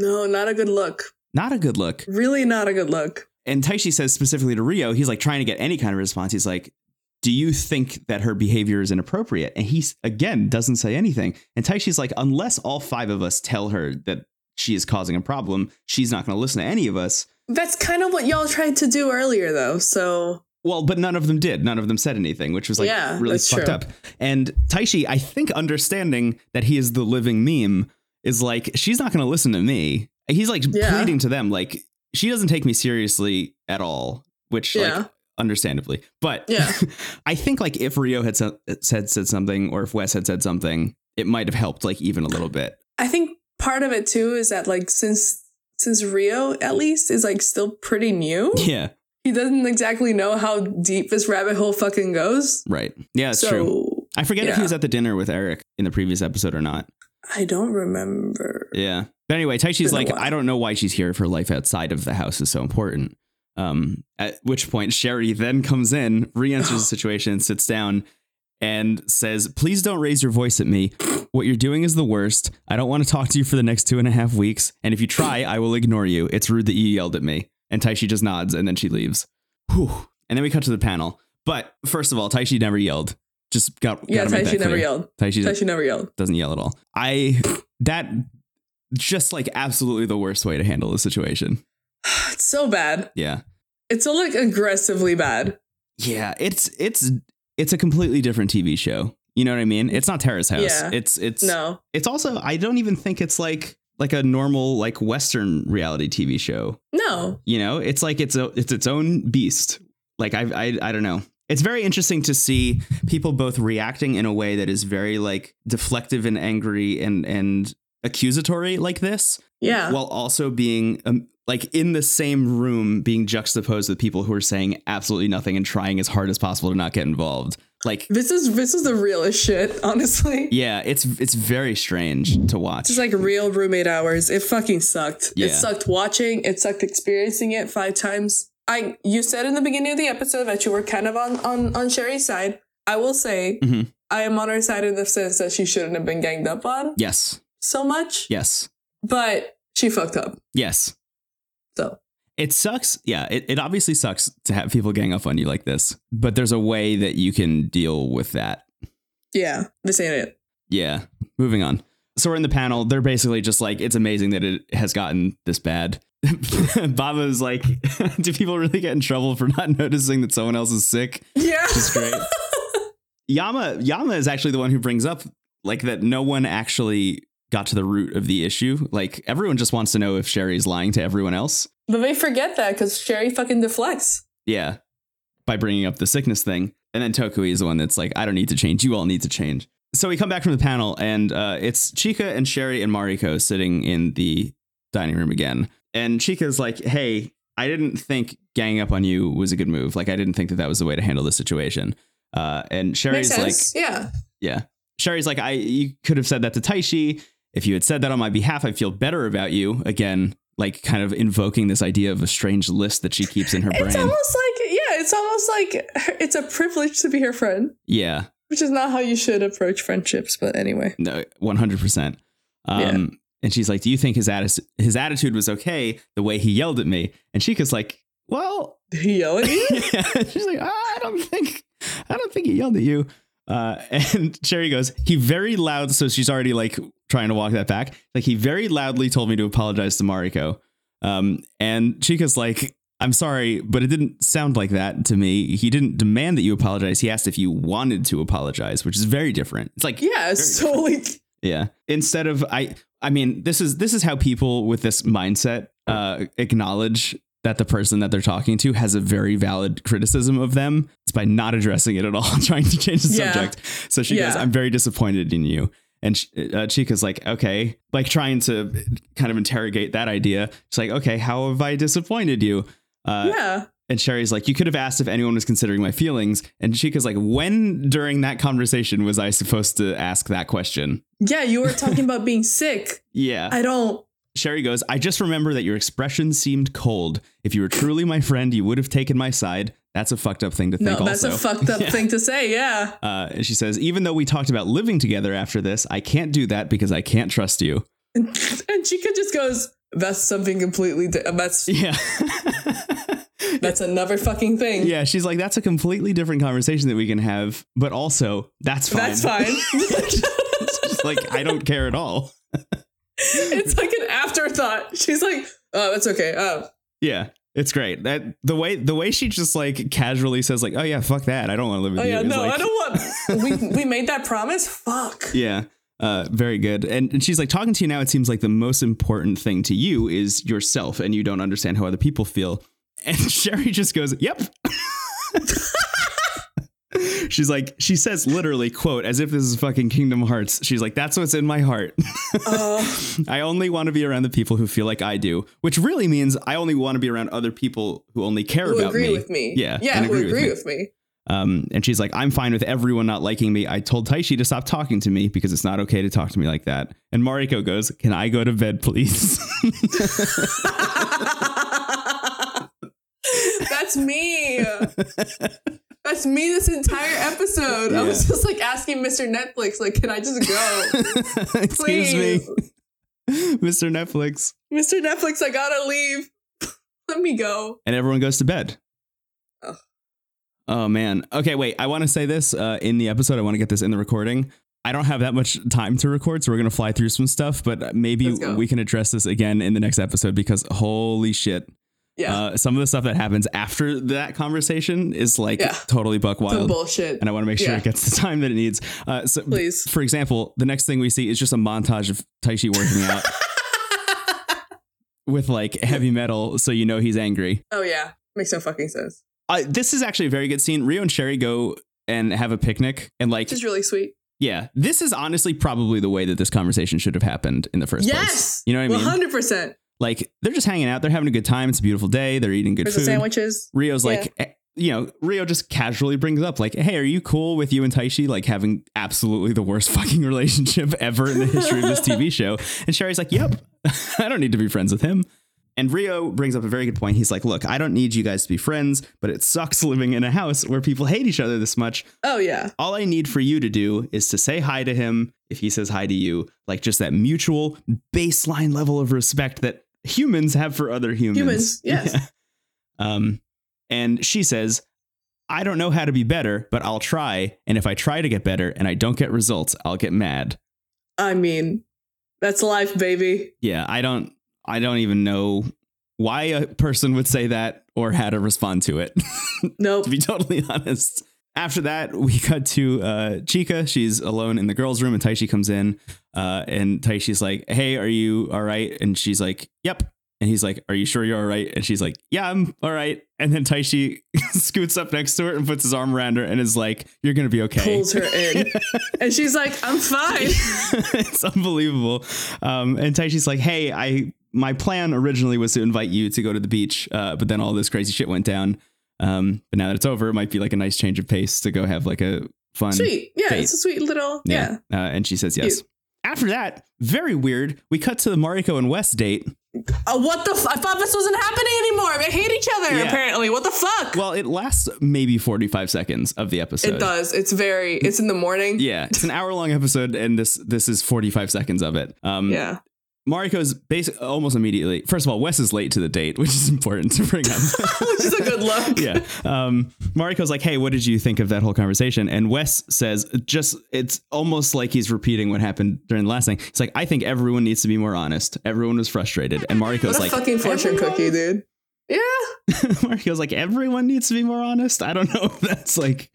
Speaker 1: No, not a good look.
Speaker 2: not a good look.
Speaker 1: Really, not a good look.
Speaker 2: And Taishi says specifically to Rio, he's like trying to get any kind of response. He's like, "Do you think that her behavior is inappropriate?" And he again doesn't say anything. And Taishi's like, "Unless all five of us tell her that she is causing a problem, she's not going to listen to any of us."
Speaker 1: That's kind of what y'all tried to do earlier, though. So
Speaker 2: Well, but none of them did. None of them said anything, which was like
Speaker 1: Yeah,
Speaker 2: really
Speaker 1: that's
Speaker 2: fucked
Speaker 1: true.
Speaker 2: up. And Taishi, I think, understanding that he is the living meme, is like, she's not going to listen to me. He's like
Speaker 1: Yeah.
Speaker 2: pleading to them, like, she doesn't take me seriously at all, which,
Speaker 1: Yeah.
Speaker 2: like, understandably. But
Speaker 1: Yeah.
Speaker 2: I think, like, if Rio had so- said said something, or if Wes had said something, it might have helped, like, even a little bit.
Speaker 1: I think part of it too is that like since since Rio at least is like still pretty new,
Speaker 2: Yeah,
Speaker 1: he doesn't exactly know how deep this rabbit hole fucking goes.
Speaker 2: right. Yeah, that's
Speaker 1: so
Speaker 2: true. I forget if he
Speaker 1: yeah.
Speaker 2: was at the dinner with Eric in the previous episode or not.
Speaker 1: I don't remember.
Speaker 2: Yeah. But anyway, Taishi's
Speaker 1: Been a
Speaker 2: like,
Speaker 1: while.
Speaker 2: I don't know why she's here if her life outside of the house is so important. Um, at which point Sherry then comes in, re-enters the situation, sits down, and says, Please don't raise your voice at me. What you're doing is the worst. I don't want to talk to you for the next two and a half weeks. And if you try, I will ignore you. It's rude that you yelled at me. And Taishi just nods and then she leaves. Whew. And then we cut to the panel. But first of all, Taishi never yelled. Just got
Speaker 1: Yeah,
Speaker 2: gotta make
Speaker 1: Taishi
Speaker 2: that
Speaker 1: never
Speaker 2: clear.
Speaker 1: yelled.
Speaker 2: Taishi
Speaker 1: Taishi never yelled.
Speaker 2: doesn't yell at all. I that just like absolutely the worst way to handle the situation.
Speaker 1: It's so bad.
Speaker 2: Yeah.
Speaker 1: It's so like aggressively bad.
Speaker 2: Yeah, it's it's it's a completely different TV show. You know what I mean? It's not Terrace House.
Speaker 1: Yeah.
Speaker 2: It's it's
Speaker 1: No.
Speaker 2: it's also I don't even think it's like like a normal like western reality TV show.
Speaker 1: No.
Speaker 2: You know, it's like it's a it's its own beast. Like I I I don't know. It's very interesting to see people both reacting in a way that is very like deflective and angry and and accusatory like this
Speaker 1: Yeah.
Speaker 2: while also being um, like in the same room being juxtaposed with people who are saying absolutely nothing and trying as hard as possible to not get involved like
Speaker 1: this is this is the realest shit, honestly.
Speaker 2: yeah it's it's very strange to watch
Speaker 1: It's just like real roommate hours. It fucking sucked.
Speaker 2: Yeah.
Speaker 1: It sucked watching. It sucked experiencing it five times. I you said in the beginning of the episode that you were kind of on on on Sherry's side. I will say
Speaker 2: Mhm.
Speaker 1: I am on her side in the sense that she shouldn't have been ganged up on
Speaker 2: yes
Speaker 1: so much,
Speaker 2: yes
Speaker 1: but she fucked up.
Speaker 2: yes
Speaker 1: So
Speaker 2: it sucks yeah it, it obviously sucks to have people gang up on you like this but there's a way that you can deal with that
Speaker 1: yeah, this ain't it.
Speaker 2: Yeah. Moving on. So we're in the panel. They're basically just like, it's amazing that it has gotten this bad. Baba's like, do people really get in trouble for not noticing that someone else is sick?
Speaker 1: Yeah.
Speaker 2: Which is great. Yama Yama is actually the one who brings up like that no one actually got to the root of the issue. Like everyone just wants to know if Sherry's lying to everyone else.
Speaker 1: But they forget that because Sherry fucking deflects.
Speaker 2: Yeah. By bringing up the sickness thing. And then Tokui is the one that's like, I don't need to change. You all need to change. So we come back from the panel and uh, it's Chika and Sherry and Mariko sitting in the dining room again. And Chica's like, hey, I didn't think ganging up on you was a good move. Like, I didn't think that that was the way to handle this situation. Uh, and
Speaker 1: Makes
Speaker 2: Sherry's like,
Speaker 1: sense. yeah.
Speaker 2: yeah. Sherry's like, I you could have said that to Taishi. If you had said that on my behalf, I'd feel better about you. Again, like kind of invoking this idea of a strange list that she keeps in her brain.
Speaker 1: It's almost like yeah, it's almost like it's a privilege to be her friend,
Speaker 2: yeah.
Speaker 1: which is not how you should approach friendships. But anyway,
Speaker 2: No, one hundred percent.
Speaker 1: Yeah.
Speaker 2: Um, and she's like, "Do you think his atti- his attitude was okay? The way he yelled at me?" And Chica's like, "Well,
Speaker 1: he yell at you.
Speaker 2: she's like, "Ah, I don't think, I don't think he yelled at you." Uh, and Sherry goes, "He very loud." So she's already like trying to walk that back. Like he very loudly told me to apologize to Mariko. Um, and Chica's like, "I'm sorry, but it didn't sound like that to me. He didn't demand that you apologize. He asked if you wanted to apologize, which is very different. It's like
Speaker 1: yeah, it's totally.
Speaker 2: yeah. Instead of I I mean, this is this is how people with this mindset uh acknowledge that the person that they're talking to has a very valid criticism of them. It's by not addressing it at all, trying to change the
Speaker 1: Yeah.
Speaker 2: subject. So she goes,
Speaker 1: Yeah.
Speaker 2: "I'm very disappointed in you." And sh- uh, Chica's like, "Okay," like trying to kind of interrogate that idea. She's like, "Okay, how have I disappointed you?" Uh,
Speaker 1: yeah,
Speaker 2: and Sherry's like, you could have asked if anyone was considering my feelings. And Chica's like, when during that conversation was I supposed to ask that question?
Speaker 1: yeah. You were talking about being sick.
Speaker 2: Yeah.
Speaker 1: I don't.
Speaker 2: Sherry goes, I just remember that your expression seemed cold. If you were truly my friend, you would have taken my side. That's a fucked up thing to
Speaker 1: No,
Speaker 2: think
Speaker 1: that's
Speaker 2: also.
Speaker 1: a fucked up
Speaker 2: Yeah.
Speaker 1: thing to say. Yeah.
Speaker 2: Uh, and she says, even though we talked about living together after this, I can't do that because I can't trust you.
Speaker 1: And, and Chica just goes, "That's something completely. Di- that's
Speaker 2: Yeah.
Speaker 1: that's another fucking thing.
Speaker 2: yeah. She's like, that's a completely different conversation that we can have, but also that's fine.
Speaker 1: that's fine.
Speaker 2: She's like, I don't care at all.
Speaker 1: it's like an afterthought. She's like, oh, that's okay. Oh,
Speaker 2: Yeah. It's great. That the way the way she just like casually says, like, oh yeah, fuck that. I don't want to live with
Speaker 1: oh
Speaker 2: you.
Speaker 1: yeah,
Speaker 2: is,
Speaker 1: no,
Speaker 2: like-
Speaker 1: I don't want. we we made that promise. Fuck.
Speaker 2: Yeah. Uh, very good. And, and she's like, talking to you now, it seems like the most important thing to you is yourself, and you don't understand how other people feel. And Sherry just goes, Yep. she's like, she says literally, quote, as if this is fucking Kingdom Hearts. She's like, That's what's in my heart.
Speaker 1: Oh,
Speaker 2: I only want to be around the people who feel like I do, which really means I only want to be around other people who only care
Speaker 1: who
Speaker 2: about
Speaker 1: agree
Speaker 2: me.
Speaker 1: with me?
Speaker 2: Yeah,
Speaker 1: yeah,
Speaker 2: and
Speaker 1: who
Speaker 2: agree
Speaker 1: agree,
Speaker 2: with me.
Speaker 1: with me?
Speaker 2: Um, and she's like, I'm fine with everyone not liking me. I told Taishi to stop talking to me because it's not okay to talk to me like that. And Mariko goes, Can I go to bed, please?
Speaker 1: That's me. That's me this entire episode. I was
Speaker 2: Yeah.
Speaker 1: just like asking Mr. Netflix, like, can I just go?
Speaker 2: Excuse
Speaker 1: Please.
Speaker 2: me, Mr. Netflix.
Speaker 1: Mr. Netflix, I gotta leave. Let me go.
Speaker 2: And everyone goes to bed.
Speaker 1: Ugh.
Speaker 2: Oh, man. Okay, wait. I want to say this uh, in the episode. I want to get this in the recording. I don't have that much time to record, so we're going to fly through some stuff, but maybe
Speaker 1: Let's go.
Speaker 2: we can address this again in the next episode because holy shit.
Speaker 1: Yeah.
Speaker 2: Uh, some of the stuff that happens after that conversation is like
Speaker 1: Yeah.
Speaker 2: totally buck
Speaker 1: Some
Speaker 2: wild.
Speaker 1: bullshit.
Speaker 2: And I want to make sure
Speaker 1: Yeah.
Speaker 2: it gets the time that it needs. Uh, so,
Speaker 1: Please.
Speaker 2: for example, the next thing we see is just a montage of Taishi working out with like heavy metal, so you know he's angry.
Speaker 1: oh yeah. Makes no fucking sense.
Speaker 2: Uh, this is actually a very good scene. Rio and Sherry go and have a picnic, and like,
Speaker 1: Which is really sweet.
Speaker 2: yeah, this is honestly probably the way that this conversation should have happened in the first place.
Speaker 1: Yes.
Speaker 2: You know what I mean?
Speaker 1: One hundred percent.
Speaker 2: Like, they're just hanging out, they're having a good time. It's a beautiful day. They're eating good
Speaker 1: There's
Speaker 2: food.
Speaker 1: the sandwiches.
Speaker 2: Rio's
Speaker 1: Yeah.
Speaker 2: like, eh, you know, Rio just casually brings up, like, hey, are you cool with you and Taishi like having absolutely the worst fucking relationship ever in the history of this TV show? And Sherry's like, yep, I don't need to be friends with him. And Rio brings up a very good point. He's like, look, I don't need you guys to be friends, but it sucks living in a house where people hate each other this much.
Speaker 1: Oh yeah.
Speaker 2: All I need for you to do is to say hi to him if he says hi to you, like just that mutual baseline level of respect that humans have for other humans.
Speaker 1: Humans, yes.
Speaker 2: Yeah. Um, and she says, I don't know how to be better, but I'll try. And if I try to get better and I don't get results, I'll get mad.
Speaker 1: I mean, that's life, baby.
Speaker 2: Yeah, I don't I don't even know why a person would say that or how to respond to it.
Speaker 1: Nope.
Speaker 2: to be totally honest. After that, we cut to uh, Chica. She's alone in the girls' room, and Taishi comes in. Uh, and Taishi's like, "Hey, are you all right?" And she's like, "Yep." And he's like, "Are you sure you're all right?" And she's like, "Yeah, I'm all right." And then Taishi scoots up next to her and puts his arm around her and is like, "You're gonna be okay."
Speaker 1: Pulls her in. and she's like, I'm fine.
Speaker 2: it's unbelievable. Um, and Taishi's like, "Hey, I my plan originally was to invite you to go to the beach, uh, but then all this crazy shit went down. Um, but now that it's over, it might be like a nice change of pace to go have like a fun.
Speaker 1: Sweet. Yeah,
Speaker 2: date.
Speaker 1: it's a sweet little. Yeah.
Speaker 2: Uh, and she says yes. After that, very weird. We cut to the Mariko and West date.
Speaker 1: Uh, what the? F- I thought this wasn't happening anymore. They hate each other
Speaker 2: Yeah.
Speaker 1: apparently. What the fuck?
Speaker 2: Well, it lasts maybe 45 seconds of the episode.
Speaker 1: it does. It's very. It's in the morning.
Speaker 2: Yeah, it's an hour long episode, and this this is 45 seconds of it. Um,
Speaker 1: Yeah.
Speaker 2: Mariko's basic almost immediately. First of all, Wes is late to the date, which is important to bring up.
Speaker 1: Which is a good look.
Speaker 2: yeah. Um, Mariko's like, "Hey, what did you think of that whole conversation?" And Wes says, "Just it's almost like he's repeating what happened during the last thing." It's like, "I think everyone needs to be more honest. Everyone was frustrated." And Mariko's
Speaker 1: What a
Speaker 2: like,
Speaker 1: fucking fortune
Speaker 2: "Everyone?"
Speaker 1: cookie, dude. Yeah.
Speaker 2: Mariko's like, "Everyone needs to be more honest." I don't know if that's like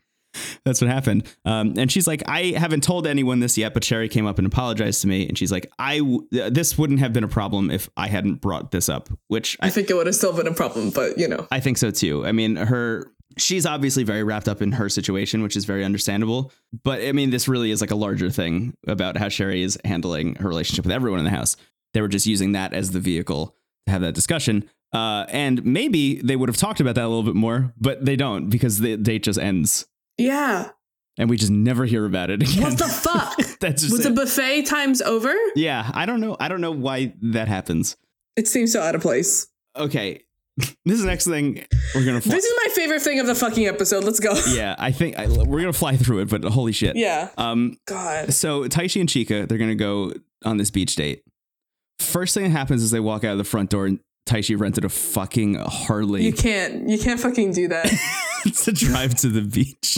Speaker 2: that's what happened. Um, and she's like, "I haven't told anyone this yet, but Sherry came up and apologized to me." And she's like, "I w- th- this wouldn't have been a problem if I hadn't brought this up," which
Speaker 1: I
Speaker 2: I
Speaker 1: think it would have still been a problem, but you know.
Speaker 2: I think so too. I mean, her she's obviously very wrapped up in her situation, which is very understandable. But I mean, this really is like a larger thing about how Sherry is handling her relationship with everyone in the house. They were just using that as the vehicle to have that discussion. Uh, and maybe they would have talked about that a little bit more, but they don't because the date just ends
Speaker 1: Yeah.
Speaker 2: and we just never hear about it again.
Speaker 1: What the fuck?
Speaker 2: That's just
Speaker 1: Was
Speaker 2: it.
Speaker 1: the buffet times over?
Speaker 2: yeah. I don't know. I don't know why that happens.
Speaker 1: It seems so out of place.
Speaker 2: Okay, this is the next thing we're gonna. Fly-
Speaker 1: This is my favorite thing of the fucking episode. Let's go.
Speaker 2: yeah, I think I, we're gonna fly through it, but holy shit.
Speaker 1: Yeah.
Speaker 2: Um,
Speaker 1: God.
Speaker 2: so Taishi and Chika, they're gonna go on this beach date. First thing that happens is they walk out of the front door and Taishi rented a fucking
Speaker 1: You
Speaker 2: Harley
Speaker 1: can't. You can't fucking do that.
Speaker 2: to drive to the beach.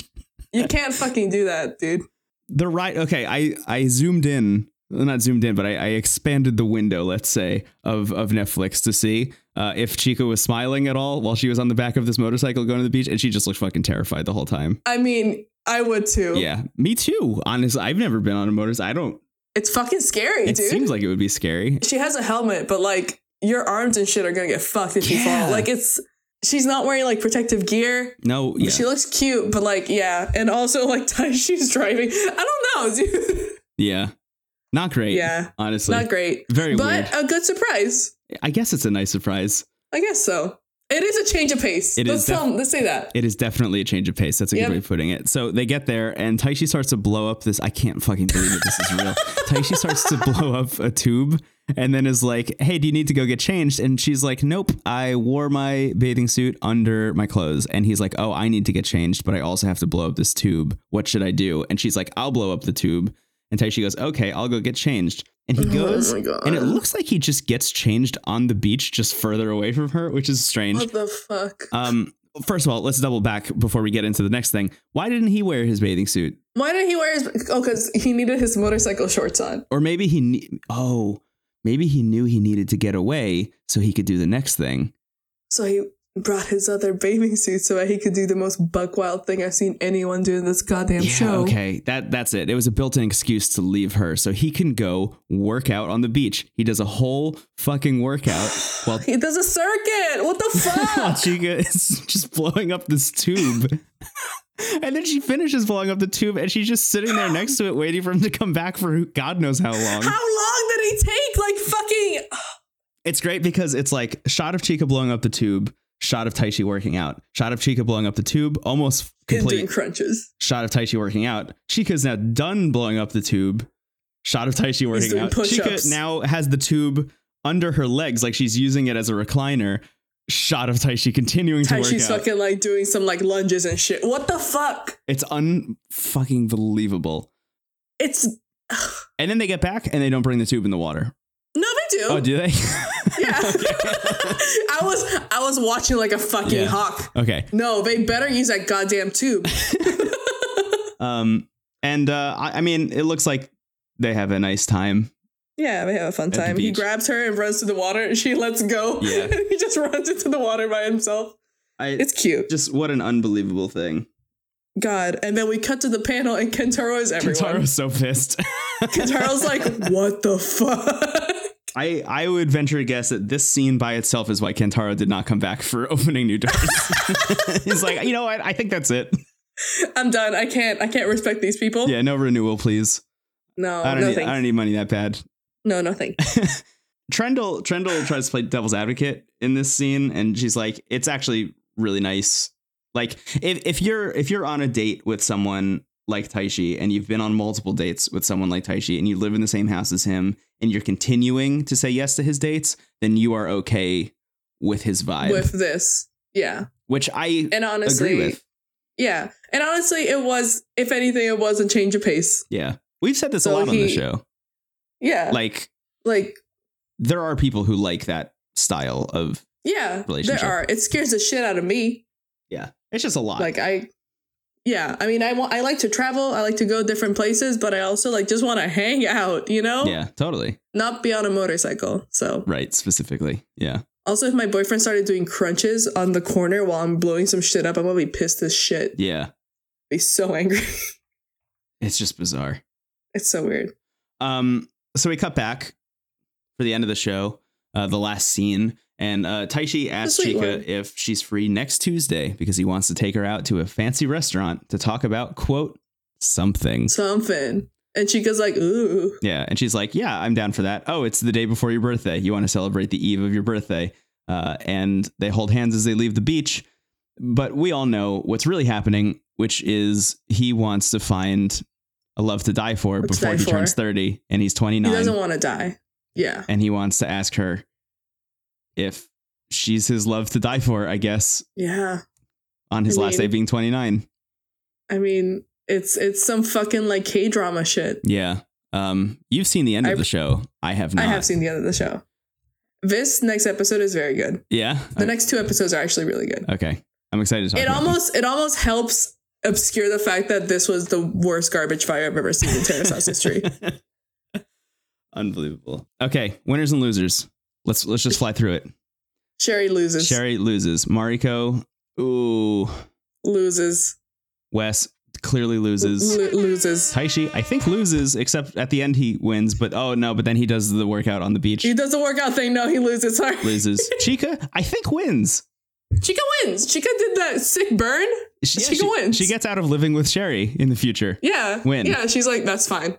Speaker 1: You can't fucking do that, dude.
Speaker 2: The right okay, I I zoomed in, well, not zoomed in, but I, I expanded the window, let's say, of of Netflix to see uh, if Chika was smiling at all while she was on the back of this motorcycle going to the beach, and she just looked fucking terrified the whole time.
Speaker 1: I mean, I would too.
Speaker 2: Yeah, me too. Honestly, I've never been on a motorcycle. I don't.
Speaker 1: It's fucking scary,
Speaker 2: It
Speaker 1: dude.
Speaker 2: seems like it would be scary.
Speaker 1: she has a helmet, but like your arms and shit are gonna get fucked if you
Speaker 2: Yeah.
Speaker 1: fall. Like it's she's not wearing like protective gear.
Speaker 2: No, yeah.
Speaker 1: She looks cute, but like yeah, and also like she's driving. I don't know, dude.
Speaker 2: Yeah. Not great.
Speaker 1: Yeah.
Speaker 2: Honestly.
Speaker 1: not great,
Speaker 2: Very
Speaker 1: but a good surprise.
Speaker 2: weird. I guess it's a nice surprise.
Speaker 1: I guess so. It is a change of pace.
Speaker 2: It
Speaker 1: let's
Speaker 2: is
Speaker 1: tell 'em- let's say that.
Speaker 2: It is definitely a change of pace. That's a
Speaker 1: Yep.
Speaker 2: good way of putting it. So they get there and Taishi starts to blow up this. I can't fucking believe that this is real. Taishi starts to blow up a tube and then is like, hey, do you need to go get changed? And she's like, nope, I wore my bathing suit under my clothes. And he's like, oh, I need to get changed, but I also have to blow up this tube. What should I do? And she's like, I'll blow up the tube. And Taishi goes, okay, I'll go get changed. And he goes,
Speaker 1: Oh my God.
Speaker 2: and it looks like he just gets changed on the beach, just further away from her, which is strange.
Speaker 1: What the fuck?
Speaker 2: Um, first of all, let's double back before we get into the next thing. Why didn't he wear his bathing suit?
Speaker 1: Why did he wear his? Oh, because he needed his motorcycle shorts on.
Speaker 2: Or maybe he ne- oh, maybe he knew he needed to get away so he could do the next thing.
Speaker 1: So he brought his other bathing suit so that he could do the most buck wild thing I've seen anyone do in this goddamn show.
Speaker 2: okay. That that's it. It was a built-in excuse to leave her so he can go work out on the beach. He does a whole fucking workout while
Speaker 1: He does a circuit. What the
Speaker 2: while
Speaker 1: fuck?
Speaker 2: Chica is just blowing up this tube. and then she finishes blowing up the tube and she's just sitting there next to it waiting for him to come back for who- God knows how long.
Speaker 1: How long did he take? Like fucking.
Speaker 2: It's great because it's like shot of Chica blowing up the tube, shot of Taishi working out, shot of Chica blowing up the tube, almost
Speaker 1: Him doing
Speaker 2: complete
Speaker 1: crunches.
Speaker 2: shot of Taishi working out. Chica's now done blowing up the tube, shot of Taishi working
Speaker 1: doing
Speaker 2: out. Chica
Speaker 1: push-ups.
Speaker 2: now has the tube under her legs like she's using it as a recliner. Shot of Taishi continuing to work
Speaker 1: Taishi's
Speaker 2: out.
Speaker 1: fucking like doing some like lunges and shit. What the fuck?
Speaker 2: It's unfucking believable.
Speaker 1: It's
Speaker 2: And then they get back and they don't bring the tube in the water.
Speaker 1: no, they do.
Speaker 2: Oh, do they?
Speaker 1: yeah. I was I was watching like a fucking
Speaker 2: Yeah.
Speaker 1: hawk.
Speaker 2: okay.
Speaker 1: No, they better use that goddamn tube.
Speaker 2: Um, and uh, I, I mean, it looks like they have a nice time.
Speaker 1: Yeah, they have a fun
Speaker 2: the
Speaker 1: time. He
Speaker 2: beach.
Speaker 1: grabs her and runs to the water, and she lets go.
Speaker 2: Yeah.
Speaker 1: and he just runs into the water by himself.
Speaker 2: I,
Speaker 1: It's cute.
Speaker 2: just what an unbelievable thing.
Speaker 1: God. And then we cut to the panel, and Kentaro is everyone.
Speaker 2: Taro's so pissed.
Speaker 1: Kentaro's like, what the fuck?
Speaker 2: I, I would venture a guess that this scene by itself is why Kentaro did not come back for opening new doors. He's like, you know what? I think that's it.
Speaker 1: I'm done. I can't. I can't respect these people.
Speaker 2: Yeah, no renewal, please.
Speaker 1: No,
Speaker 2: I don't
Speaker 1: Oh. no
Speaker 2: need, I
Speaker 1: thanks.
Speaker 2: don't need money that bad.
Speaker 1: No, no thanks.
Speaker 2: Trendle Trendle tries to play devil's advocate in this scene, and she's like, "It's actually really nice. Like, if if you're if you're on a date with someone like Taishi, and you've been on multiple dates with someone like Taishi, and you live in the same house as him, and you're continuing to say yes to his dates, then you are okay with his vibe,
Speaker 1: with this. Yeah.
Speaker 2: which I
Speaker 1: And honestly,
Speaker 2: agree with.
Speaker 1: yeah. And honestly, it was, if anything, it was a change of pace.
Speaker 2: Yeah, we've said this a
Speaker 1: So
Speaker 2: lot on the
Speaker 1: he-
Speaker 2: show.
Speaker 1: Yeah. Like,
Speaker 2: Like, there are people who like that style of.
Speaker 1: yeah, there
Speaker 2: Relationship.
Speaker 1: are. It scares the shit out of me.
Speaker 2: Yeah, it's just a lot.
Speaker 1: Like, I, yeah. I mean, I want, I like to travel. I like to go different places, but I also like just want to hang out, you know?
Speaker 2: yeah, totally
Speaker 1: Not be on a motorcycle. So,
Speaker 2: right. Specifically, yeah.
Speaker 1: also, if my boyfriend started doing crunches on the corner while I'm blowing some shit up, I'm gonna be pissed as shit.
Speaker 2: Yeah,
Speaker 1: be so angry.
Speaker 2: it's just bizarre.
Speaker 1: it's so weird.
Speaker 2: Um, so we cut back for the end of the show, uh, the last scene, and uh, Taishi asks
Speaker 1: sweet
Speaker 2: Chika
Speaker 1: one.
Speaker 2: if she's free next Tuesday because he wants to take her out to a fancy restaurant to talk about quote something.
Speaker 1: Something. And Chica's like, ooh.
Speaker 2: Yeah, and she's like, "Yeah, I'm down for that." Oh, it's the day before your birthday. You want to celebrate the eve of your birthday, uh, and they hold hands as they leave the beach. But we all know what's really happening, which is he wants to find a love to die for
Speaker 1: to
Speaker 2: before
Speaker 1: die
Speaker 2: he
Speaker 1: for.
Speaker 2: turns thirty, and he's twenty
Speaker 1: He doesn't
Speaker 2: nine,
Speaker 1: want to die. Yeah.
Speaker 2: and he wants to ask her if she's his love to die for. I guess
Speaker 1: Yeah.
Speaker 2: on his
Speaker 1: I
Speaker 2: last
Speaker 1: mean-
Speaker 2: day being twenty nine.
Speaker 1: I mean, it's it's some fucking like K drama shit.
Speaker 2: Yeah, um, you've seen the end
Speaker 1: I-
Speaker 2: of the show. I have not.
Speaker 1: I have seen the end of the show. This next episode is very good.
Speaker 2: Yeah.
Speaker 1: The next two episodes are actually really good.
Speaker 2: okay. I'm excited to talk
Speaker 1: It
Speaker 2: about this.
Speaker 1: almost it almost helps obscure the fact that this was the worst garbage fire I've ever seen in Terrace House history.
Speaker 2: Unbelievable. Okay, winners and losers. Let's let's just fly through it.
Speaker 1: Sherry loses.
Speaker 2: Sherry loses. Mariko, ooh.
Speaker 1: loses.
Speaker 2: Wes clearly loses.
Speaker 1: Lo- loses.
Speaker 2: Taishi, I think loses, except at the end he wins, but oh no, but then he does the workout on the beach.
Speaker 1: He does the workout thing. No, he loses. Sorry.
Speaker 2: Loses. Chica, I think wins.
Speaker 1: Chica wins. Chica did that sick burn.
Speaker 2: She,
Speaker 1: Chica wins.
Speaker 2: She gets out of living with Sherry in the future.
Speaker 1: Yeah.
Speaker 2: Win. Uh,
Speaker 1: Yeah, she's like, that's fine.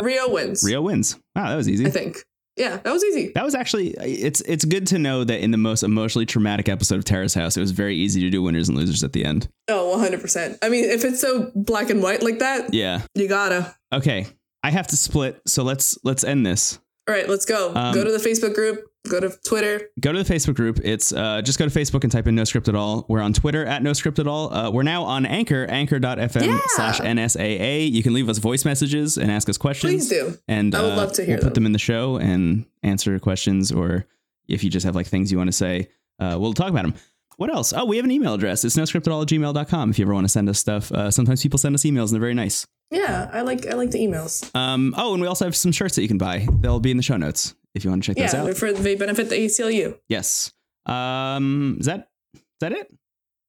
Speaker 1: Rio wins.
Speaker 2: Rio wins. Wow, that was
Speaker 1: I
Speaker 2: easy.
Speaker 1: think. Yeah, that was easy.
Speaker 2: That was actually it's it's good to know that in the most emotionally traumatic episode of Terrace House, it was very easy to do winners and losers at the end.
Speaker 1: Oh, 100%. I mean, if it's so black and white like that,
Speaker 2: Yeah.
Speaker 1: you gotta.
Speaker 2: Okay, I have to split, so let's let's end this.
Speaker 1: All right, let's go.
Speaker 2: Um,
Speaker 1: go to the Facebook group, go to Twitter.
Speaker 2: Go to the Facebook group. It's uh, just go to Facebook and type in No Script at All. We're on Twitter at No Script at All. Uh, we're now on Anchor, anchor.fm
Speaker 1: Yeah.
Speaker 2: slash NSAA. You can leave us voice messages and ask us questions.
Speaker 1: Please do.
Speaker 2: And
Speaker 1: I would
Speaker 2: uh,
Speaker 1: love to hear
Speaker 2: we'll put
Speaker 1: them.
Speaker 2: them in the show and answer questions, or if you just have like things you want to say, uh, we'll talk about them. What else? Oh, we have an email address. It's no script at all at gmail.com if you ever want to send us stuff. Uh, sometimes people send us emails and they're very nice.
Speaker 1: Yeah, I like I like the emails.
Speaker 2: Um, oh, and we also have some shirts that you can buy. They'll be in the show notes if you want to check
Speaker 1: Yeah,
Speaker 2: those out.
Speaker 1: they're for, they benefit the ACLU.
Speaker 2: Yes. Um, is that is that it?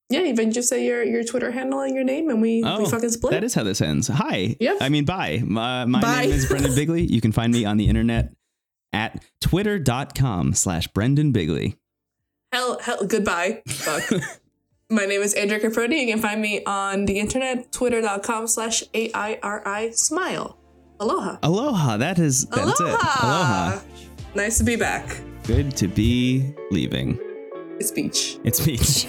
Speaker 1: Yeah, even just say your your Twitter handle and your name, and we,
Speaker 2: Oh,
Speaker 1: we fucking split.
Speaker 2: That is how this ends. Hi.
Speaker 1: Yep.
Speaker 2: I mean, bye. My, my
Speaker 1: Bye.
Speaker 2: name is Brendan Bigley. You can find me on the internet at twitter.com slash Brendan Bigley.
Speaker 1: Hell, hell, goodbye. Fuck. My name is Andrea Caprodi. You can find me on the internet, twitter.com slash A-I-R-I smile. Aloha.
Speaker 2: Aloha. That is that's it. Aloha.
Speaker 1: Nice to be back.
Speaker 2: Good to be leaving.
Speaker 1: It's beach.
Speaker 2: It's beach.